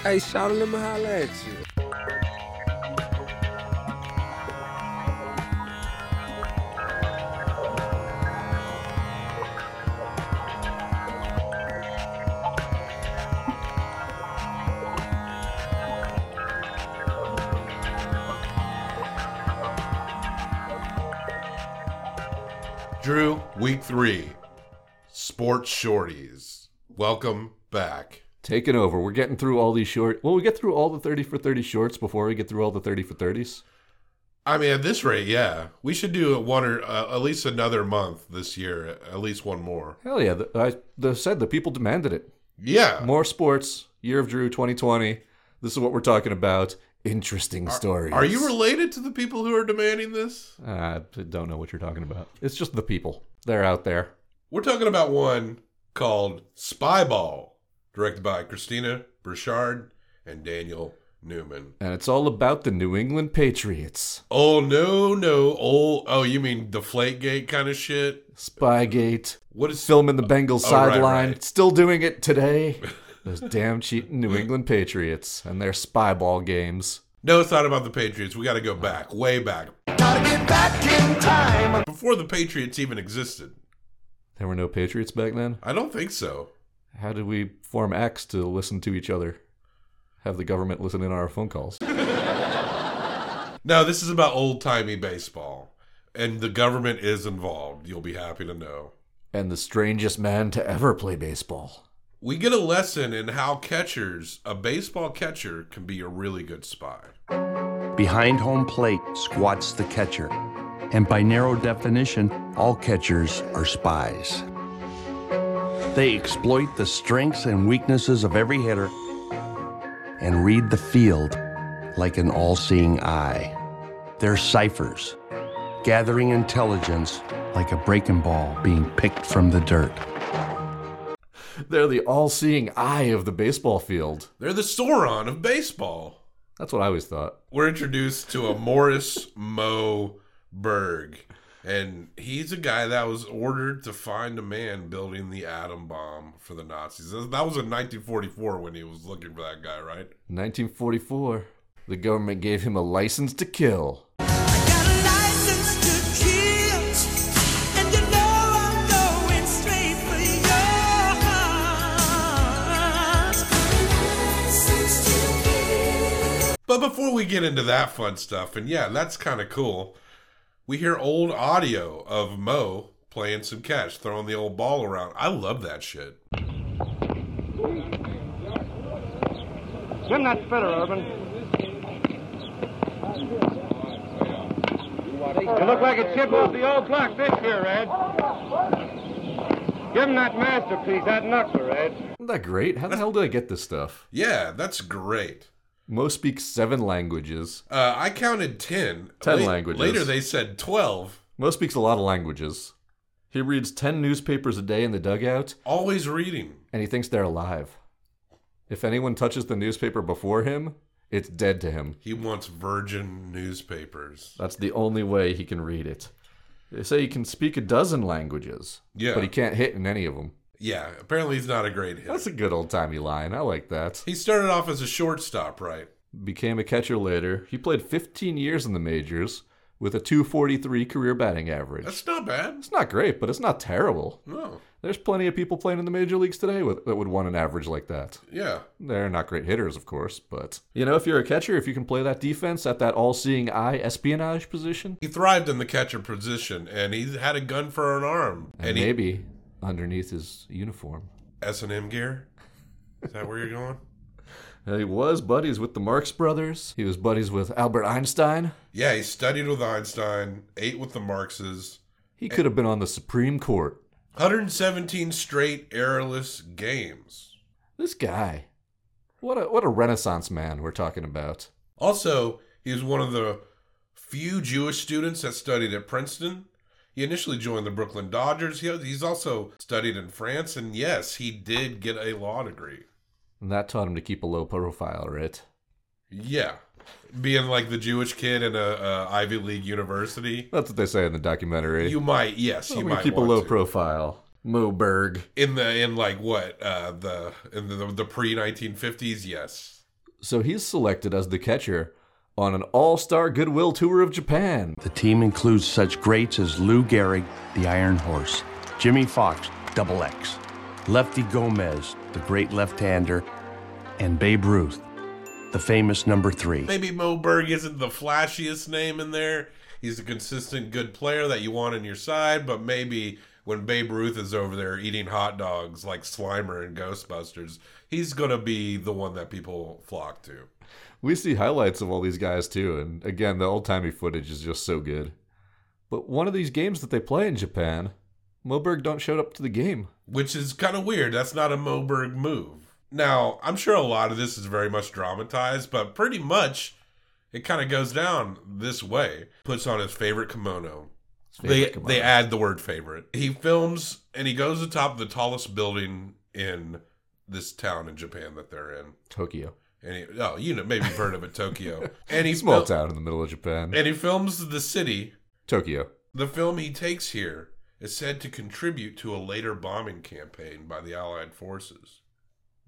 Hey, shout out, let me holler at you. Drew, week three, sports shorties. Welcome back. Taking over. We're getting through all these short. Well, we get through all the 30 for 30 shorts before we get through all the 30 for 30s. I mean, at this rate, yeah, we should do a one or uh, at least another month this year, at least one more. Hell yeah. The, I the, said the people demanded it. Yeah, More sports, Year of Drew 2020. This is what we're talking about. Interesting stories. Ah, are you related to the people who are demanding this? I don't know what you're talking about. It's just the people. They're out there. We're talking about one called Spyball, directed by Christina Burchard and Daniel Newman. And it's all about the New England Patriots. Oh no, no, oh, oh, you mean Deflategate kind of shit? Spygate, What is filming the Bengals Oh, right, sideline, right. still doing it today. Those damn cheating New England Patriots and their spy ball games. No, it's not about the Patriots. We got to go back, way back. Before the Patriots even existed. There were no Patriots back then? I don't think so. How did we form acts to listen to each other? Have the government listen in on our phone calls? No, this is about old timey baseball. And the government is involved, you'll be happy to know. and the strangest man to ever play baseball. We get a lesson in how catchers, a baseball catcher, can be a really good spy. Behind home plate squats the catcher. And by narrow definition, all catchers are spies. They exploit the strengths and weaknesses of every hitter and read the field like an all seeing eye. They're ciphers, gathering intelligence like a breaking ball being picked from the dirt. They're the all seeing eye of the baseball field. They're the Sauron of baseball. That's what I always thought. We're introduced to a Morris Mo Berg. And he's a guy that was ordered to find a man building the atom bomb for the Nazis. That was in 1944 when he was looking for that guy, right? 1944, the government gave him a license to kill. Got a license to kill, and you know I'm going straight for your heart. License to kill. But before we get into that fun stuff, and yeah, that's kind of cool, we hear old audio of Mo playing some catch, throwing the old ball around. I love that shit. Give him that spitter, Urban. You look like a chip off the old block this year, Ed. Give him that masterpiece, that knuckler, Ed. Isn't that great? How the hell did I get this stuff? Yeah, that's great. Mo speaks seven languages. Uh, I counted 10. 10 languages. Later they said 12. Mo speaks a lot of languages. He reads 10 newspapers a day in the dugout, Always reading. and he thinks they're alive. If anyone touches the newspaper before him, it's dead to him. He wants virgin newspapers. That's the only way he can read it. They say he can speak a dozen languages, Yeah. but he can't hit in any of them. Yeah, apparently he's not a great hitter. That's a good old timey line. I like that. He started off as a shortstop, right? Became a catcher later. He played 15 years in the majors with a 243 career batting average. That's not bad. It's not great, but it's not terrible. No. There's plenty of people playing in the major leagues today with, that would want an average like that. Yeah. They're not great hitters, of course, but you know, if you're a catcher, if you can play that defense at that all-seeing eye espionage position, He thrived in the catcher position and he had a gun for an arm. and, And he maybe underneath his uniform, S and M gear. Is that where you're going? Uh, He was buddies with the Marx brothers. He was buddies with Albert Einstein. Yeah, he studied with Einstein, ate with the Marxes. He could have been on the Supreme Court. 117 straight errorless games. This guy, what a what a Renaissance man we're talking about. Also, he was one of the few Jewish students that studied at Princeton. He initially joined the Brooklyn Dodgers. He, he's also studied in France, and yes, he did get a law degree. And that taught him to keep a low profile, right? Yeah, being like the Jewish kid in a, a Ivy League university, That's what they say in the documentary. you might. Yes, Well, you we can might keep a want low to. profile. Moberg. in the in like what uh the in the the pre 1950s yes So he's selected as the catcher on an all star goodwill tour of Japan. The team includes such greats as Lou Gehrig, the Iron Horse, Jimmy Fox, Double X, Lefty Gomez, the great left hander, and Babe Ruth, the famous number three. Maybe Moberg isn't the flashiest name in there. He's a consistent good player that you want on your side, but maybe when Babe Ruth is over there eating hot dogs like Slimer and Ghostbusters, he's gonna be the one that people flock to. We see highlights of all these guys too, and again, the old timey footage is just so good. But one of these games that they play in Japan, Moberg don't show up to the game. Which is kind of weird. That's not a Moberg move. Now, I'm sure a lot of this is very much dramatized, but pretty much it kind of goes down this way. Puts on his favorite kimono. they favorite they kimono. add the word favorite. He films and he goes atop the tallest building in this town in Japan that they're in. Tokyo, And he, oh, you know, maybe you've heard of it, Tokyo. and he small fil- town in the middle of Japan. And he films the city. Tokyo. The film he takes here is said to contribute to a later bombing campaign by the Allied forces.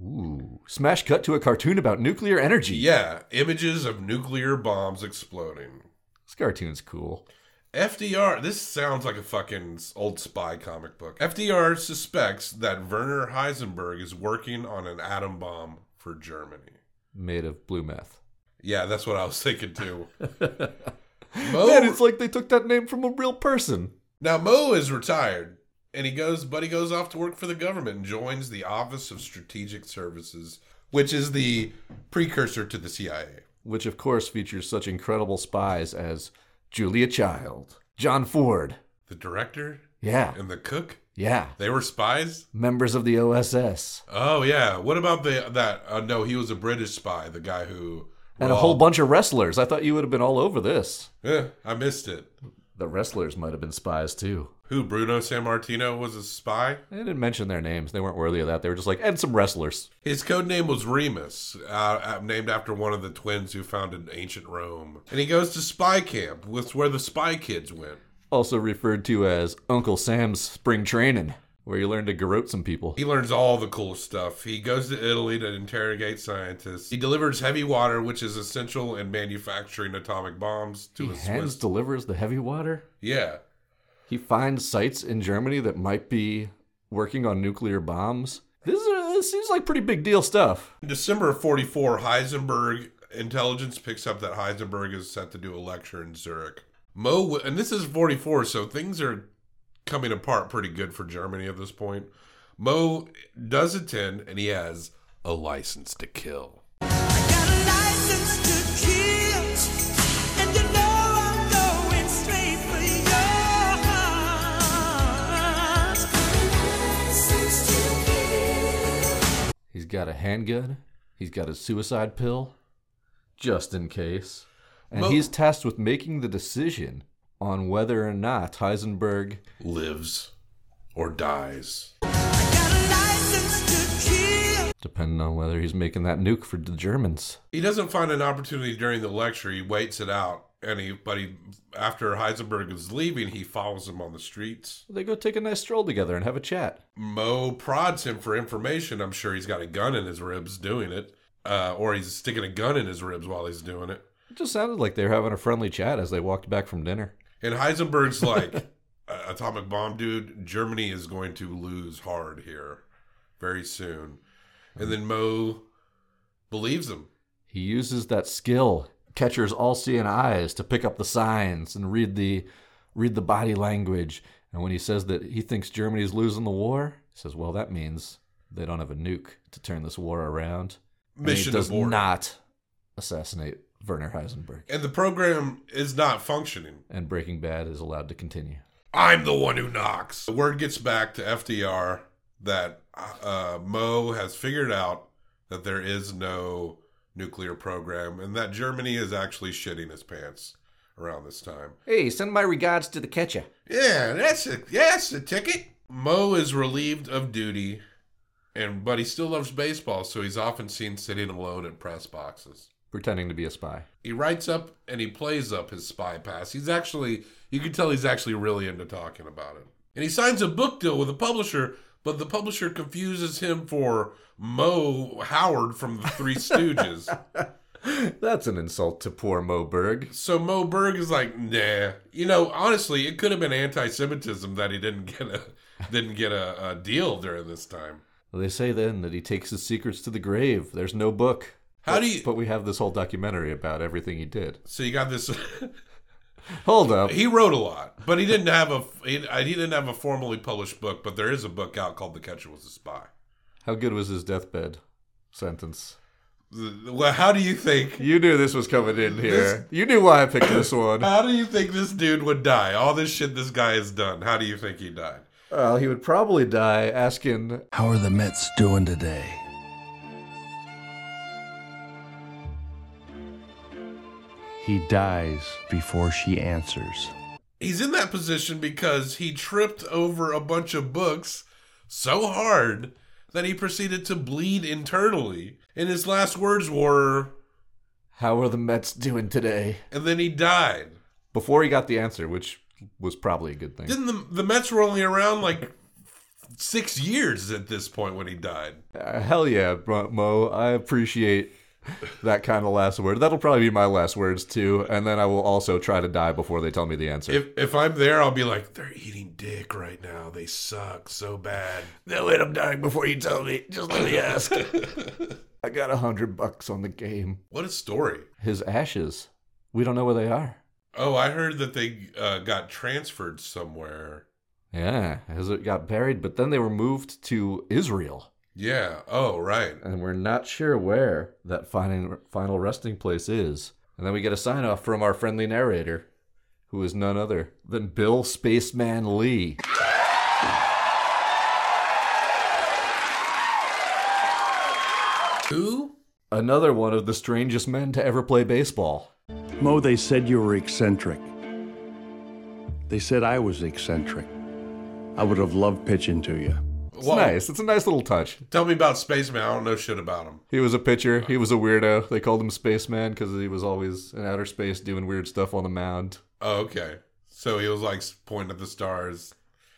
Ooh, smash cut to a cartoon about nuclear energy. Yeah, images of nuclear bombs exploding. This cartoon's cool. FDR, this sounds like a fucking old spy comic book. FDR suspects that Werner Heisenberg is working on an atom bomb for Germany. Made of blue meth. Yeah, that's what I was thinking too. Mo- Man, it's like they took that name from a real person. now Mo is retired and he goes but he goes off to work for the government and joins the Office of Strategic Services, which is the precursor to the CIA. Which, of course, features such incredible spies as Julia Child, John Ford. The director Yeah, and the cook, yeah. they were spies? Members of the OSS. Oh yeah. What about the that? Uh, no, he was a British spy. The guy who And a whole bunch of wrestlers. I thought you would have been all over this. Eh, I missed it. The wrestlers might have been spies, too. Who Bruno San Martino was a spy. They didn't mention their names. They weren't worthy of that. They were just like, and some wrestlers. His code name was Remus, uh, uh, named after one of the twins who founded ancient Rome. And he goes to spy camp, which is where the spy kids went. Also referred to as Uncle Sam's spring training, where you learn to garrote some people. He learns all the cool stuff. He goes to Italy to interrogate scientists. He delivers heavy water, which is essential in manufacturing atomic bombs, to He a hands Swiss. delivers the heavy water. yeah. He finds sites in Germany that might be working on nuclear bombs. This, is, this seems like pretty big deal stuff. In December of 44, Heisenberg intelligence picks up that Heisenberg is set to do a lecture in Zurich. Mo, wi- and this is 44, so things are coming apart pretty good for Germany at this point. Mo does attend, and he has a license to kill. Got a license to kill, and you know I'm going straight for yours. License to kill. He's got a handgun. He's got a suicide pill, just in case. And Mo- he's tasked with making the decision on whether or not Heisenberg. Lives or dies. Got a license to kill. Depending on whether he's making that nuke for the Germans. He doesn't find an opportunity during the lecture. He waits it out, and he, but he, after Heisenberg is leaving, he follows him on the streets. They go take a nice stroll together and have a chat. Mo prods him for information. I'm sure he's got a gun in his ribs doing it, uh, or he's sticking a gun in his ribs while he's doing it. It just sounded like they were having a friendly chat as they walked back from dinner. And Heisenberg's like, "Uh, "Atomic bomb, dude. Germany is going to lose hard here, very soon." And then Mo believes him. He uses that skill, catcher's all-seeing eyes, to pick up the signs and read the read the body language. And when he says that he thinks Germany's losing the war, he says, "Well, that means they don't have a nuke to turn this war around." And he Mission does aboard. not assassinate Werner Heisenberg, And the program is not functioning. and Breaking Bad is allowed to continue. I'm the one who knocks. The word gets back to FDR that uh, Mo has figured out that there is no nuclear program and that Germany is actually shitting his pants around this time. Hey, send my regards to the catcher. Yeah, that's a yeah, that's the ticket. Mo is relieved of duty, and but he still loves baseball, so he's often seen sitting alone in press boxes. Pretending to be a spy. He writes up and he plays up his spy pass. He's actually, you can tell he's actually really into talking about it. And he signs a book deal with a publisher But the publisher confuses him for Mo Howard from the Three Stooges. That's an insult to poor Moberg. so Mo Berg is like, nah. You know, honestly, it could have been anti-Semitism that he didn't get a didn't get a, a deal during this time. They say then that he takes his secrets to the grave. There's no book. How do you? But we have this whole documentary about everything he did. So you got this. Hold up. he wrote a lot, but he didn't have a he, he didn't have a formally published book. But there is a book out called "The Catcher Was a Spy." How good was his deathbed sentence? The- Well, how do you think? You knew this was coming in here. You knew why I picked this one. How do you think this dude would die? All this shit this guy has done. How do you think he died? Well, he would probably die asking, How are the Mets doing today? He dies before she answers. He's in that position because he tripped over a bunch of books so hard that he proceeded to bleed internally. And his last words were, How are the Mets doing today? and then he died. Before he got the answer, which was probably a good thing. Didn't the, the Mets were only around like six years at this point when he died? Uh, hell yeah, Mo- Mo. I appreciate that kind of last word. That'll probably be my last words too, and then I will also try to die before they tell me the answer. If if I'm there, I'll be like, they're eating dick right now. They suck so bad. no, wait, I'm dying before you tell me. Just let me ask. I got a hundred bucks on the game. What a story. His ashes. We don't know where they are. Oh, I heard that they uh, got transferred somewhere. Yeah, as it got buried, but then they were moved to Israel, Yeah. Oh, right. and we're not sure where that final final resting place is. And then we get a sign off from our friendly narrator, who is none other than Bill Spaceman Lee. Who? Another one of the strangest men to ever play baseball. Mo, they said you were eccentric. They said I was eccentric. I would have loved pitching to you. It's nice. It's a nice little touch. Tell me about Spaceman. I don't know shit about him. He was a pitcher. He was a weirdo. They called him Spaceman because he was always in outer space doing weird stuff on the mound. Oh, okay. So he was like pointing at the stars.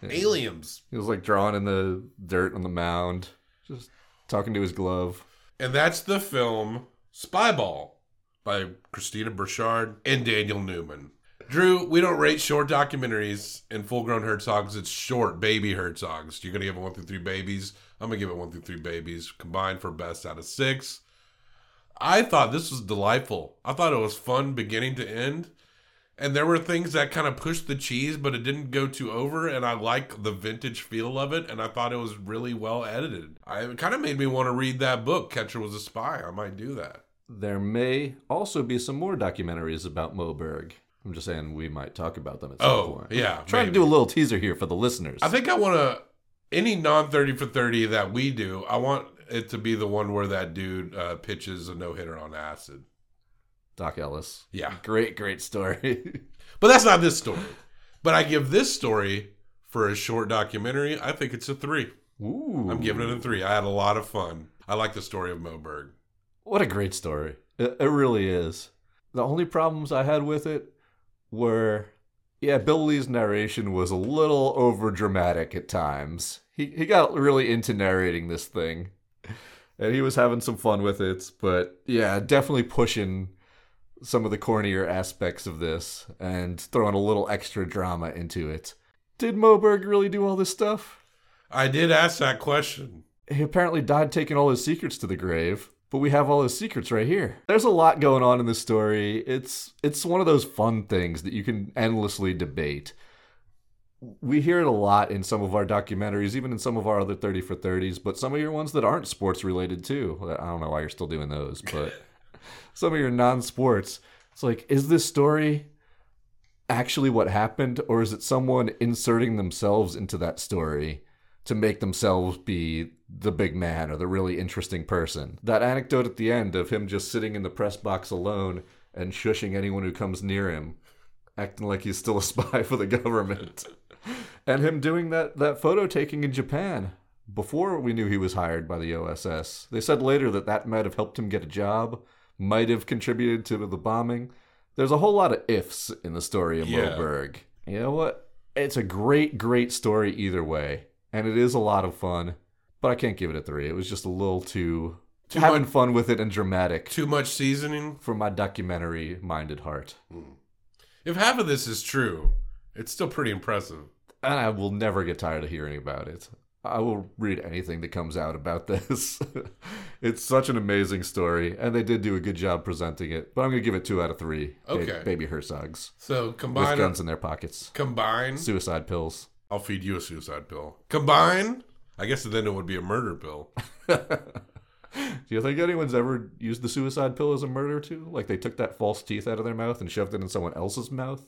Hmm. Aliens. He was like drawing in the dirt on the mound, just talking to his glove. And that's the film Spyball by Christina Burchard and Daniel Newman. Drew, we don't rate short documentaries and full grown Herzogs. It's short baby Herzogs. You're going to give it one through three babies. I'm going to give it one through three babies, combined for best out of six. I thought this was delightful. I thought it was fun beginning to end. And there were things that kind of pushed the cheese, but it didn't go too over. And I like the vintage feel of it. And I thought it was really well edited. I, it kind of made me want to read that book, Catcher Was a Spy. I might do that. There may also be some more documentaries about Moberg. I'm just saying we might talk about them at some Oh, point. yeah, Trying maybe. to do a little teaser here for the listeners. I think I want to, any non 30 for 30 that we do, I want it to be the one where that dude uh, pitches a no hitter on acid. Doc Ellis. Yeah. Great, great story. But that's not this story. But I give this story for a short documentary. I think it's a three. Ooh. I'm giving it a three. I had a lot of fun. I like the story of Moberg. What a great story. It, it really is. The only problems I had with it were yeah, Bill Lee's narration was a little over dramatic at times. He he got really into narrating this thing. And he was having some fun with it, but yeah, definitely pushing some of the cornier aspects of this and throwing a little extra drama into it. Did Moberg really do all this stuff? I did ask that question. he apparently died taking all his secrets to the grave but we have all his secrets right here there's a lot going on in this story it's it's one of those fun things that you can endlessly debate we hear it a lot in some of our documentaries even in some of our other 30 for 30s but some of your ones that aren't sports related too i don't know why you're still doing those but some of your non-sports it's like is this story actually what happened or is it someone inserting themselves into that story to make themselves be the big man or the really interesting person. That anecdote at the end of him just sitting in the press box alone and shushing anyone who comes near him, acting like he's still a spy for the government. and him doing that, that photo taking in Japan before we knew he was hired by the OSS. They said later that that might have helped him get a job, might have contributed to the bombing. There's a whole lot of ifs in the story of Yeah. Moberg. You know what? It's a great, great story either way. and it is a lot of fun. But I can't give it a three. It was just a little too, Too having much- fun with it and dramatic Too much seasoning. for my documentary-minded heart. If half of this is true, it's still pretty impressive. and I will never get tired of hearing about it. I will read anything that comes out about this. it's such an amazing story, and they did do a good job presenting it. But I'm going to give it two out of three. ba- Okay. baby Herzogs So with combine guns in their pockets, combine. suicide pills. I'll feed you a suicide pill. Combine. I guess then it would be a murder pill. Do you think anyone's ever used the suicide pill as a murder too? Like they took that false teeth out of their mouth and shoved it in someone else's mouth?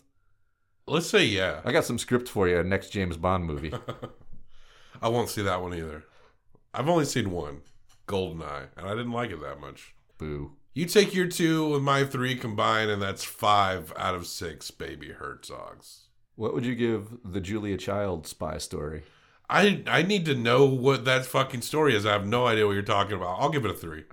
Let's say yeah. I got some script for you. Next James Bond movie. I won't see that one either. I've only seen one, Goldeneye, and I didn't like it that much. Boo. You take your two with my three combined, and that's five out of six baby Herzogs. What would you give the Julia Child spy story? I I need to know what that fucking story is. I have no idea what you're talking about. I'll give it a three.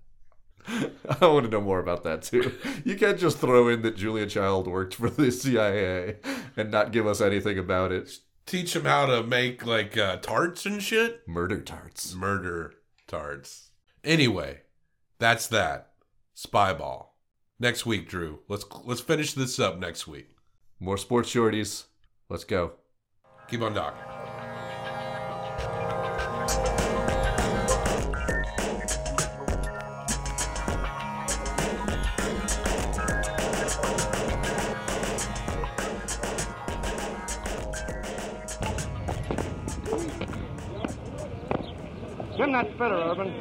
I want to know more about that too. You can't just throw in that Julia Child worked for the CIA and not give us anything about it. Teach him how to make like uh, tarts and shit. Murder tarts. murder tarts. Anyway, that's that. Spyball. Next week, Drew. Let's let's finish this up next week. More sports shorties. Let's go. Keep on docking. Give him that spitter, Urban.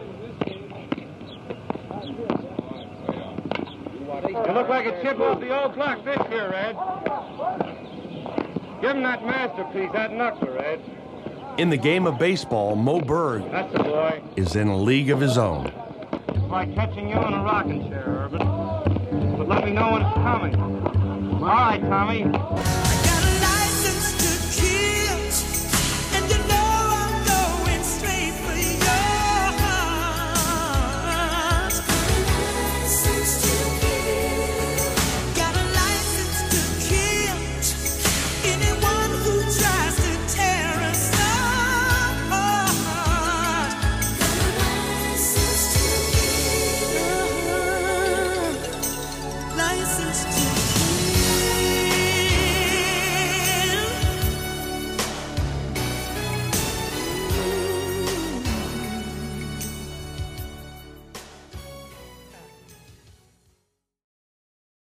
You look like a chip off the old block this year, Ed. Give him that masterpiece, that knuckler, Ed. In the game of baseball, Mo Berg That's the boy. is in a league of his own. It's like catching you in a rocking chair, Urban. But let me know when it's coming. All right, Tommy. I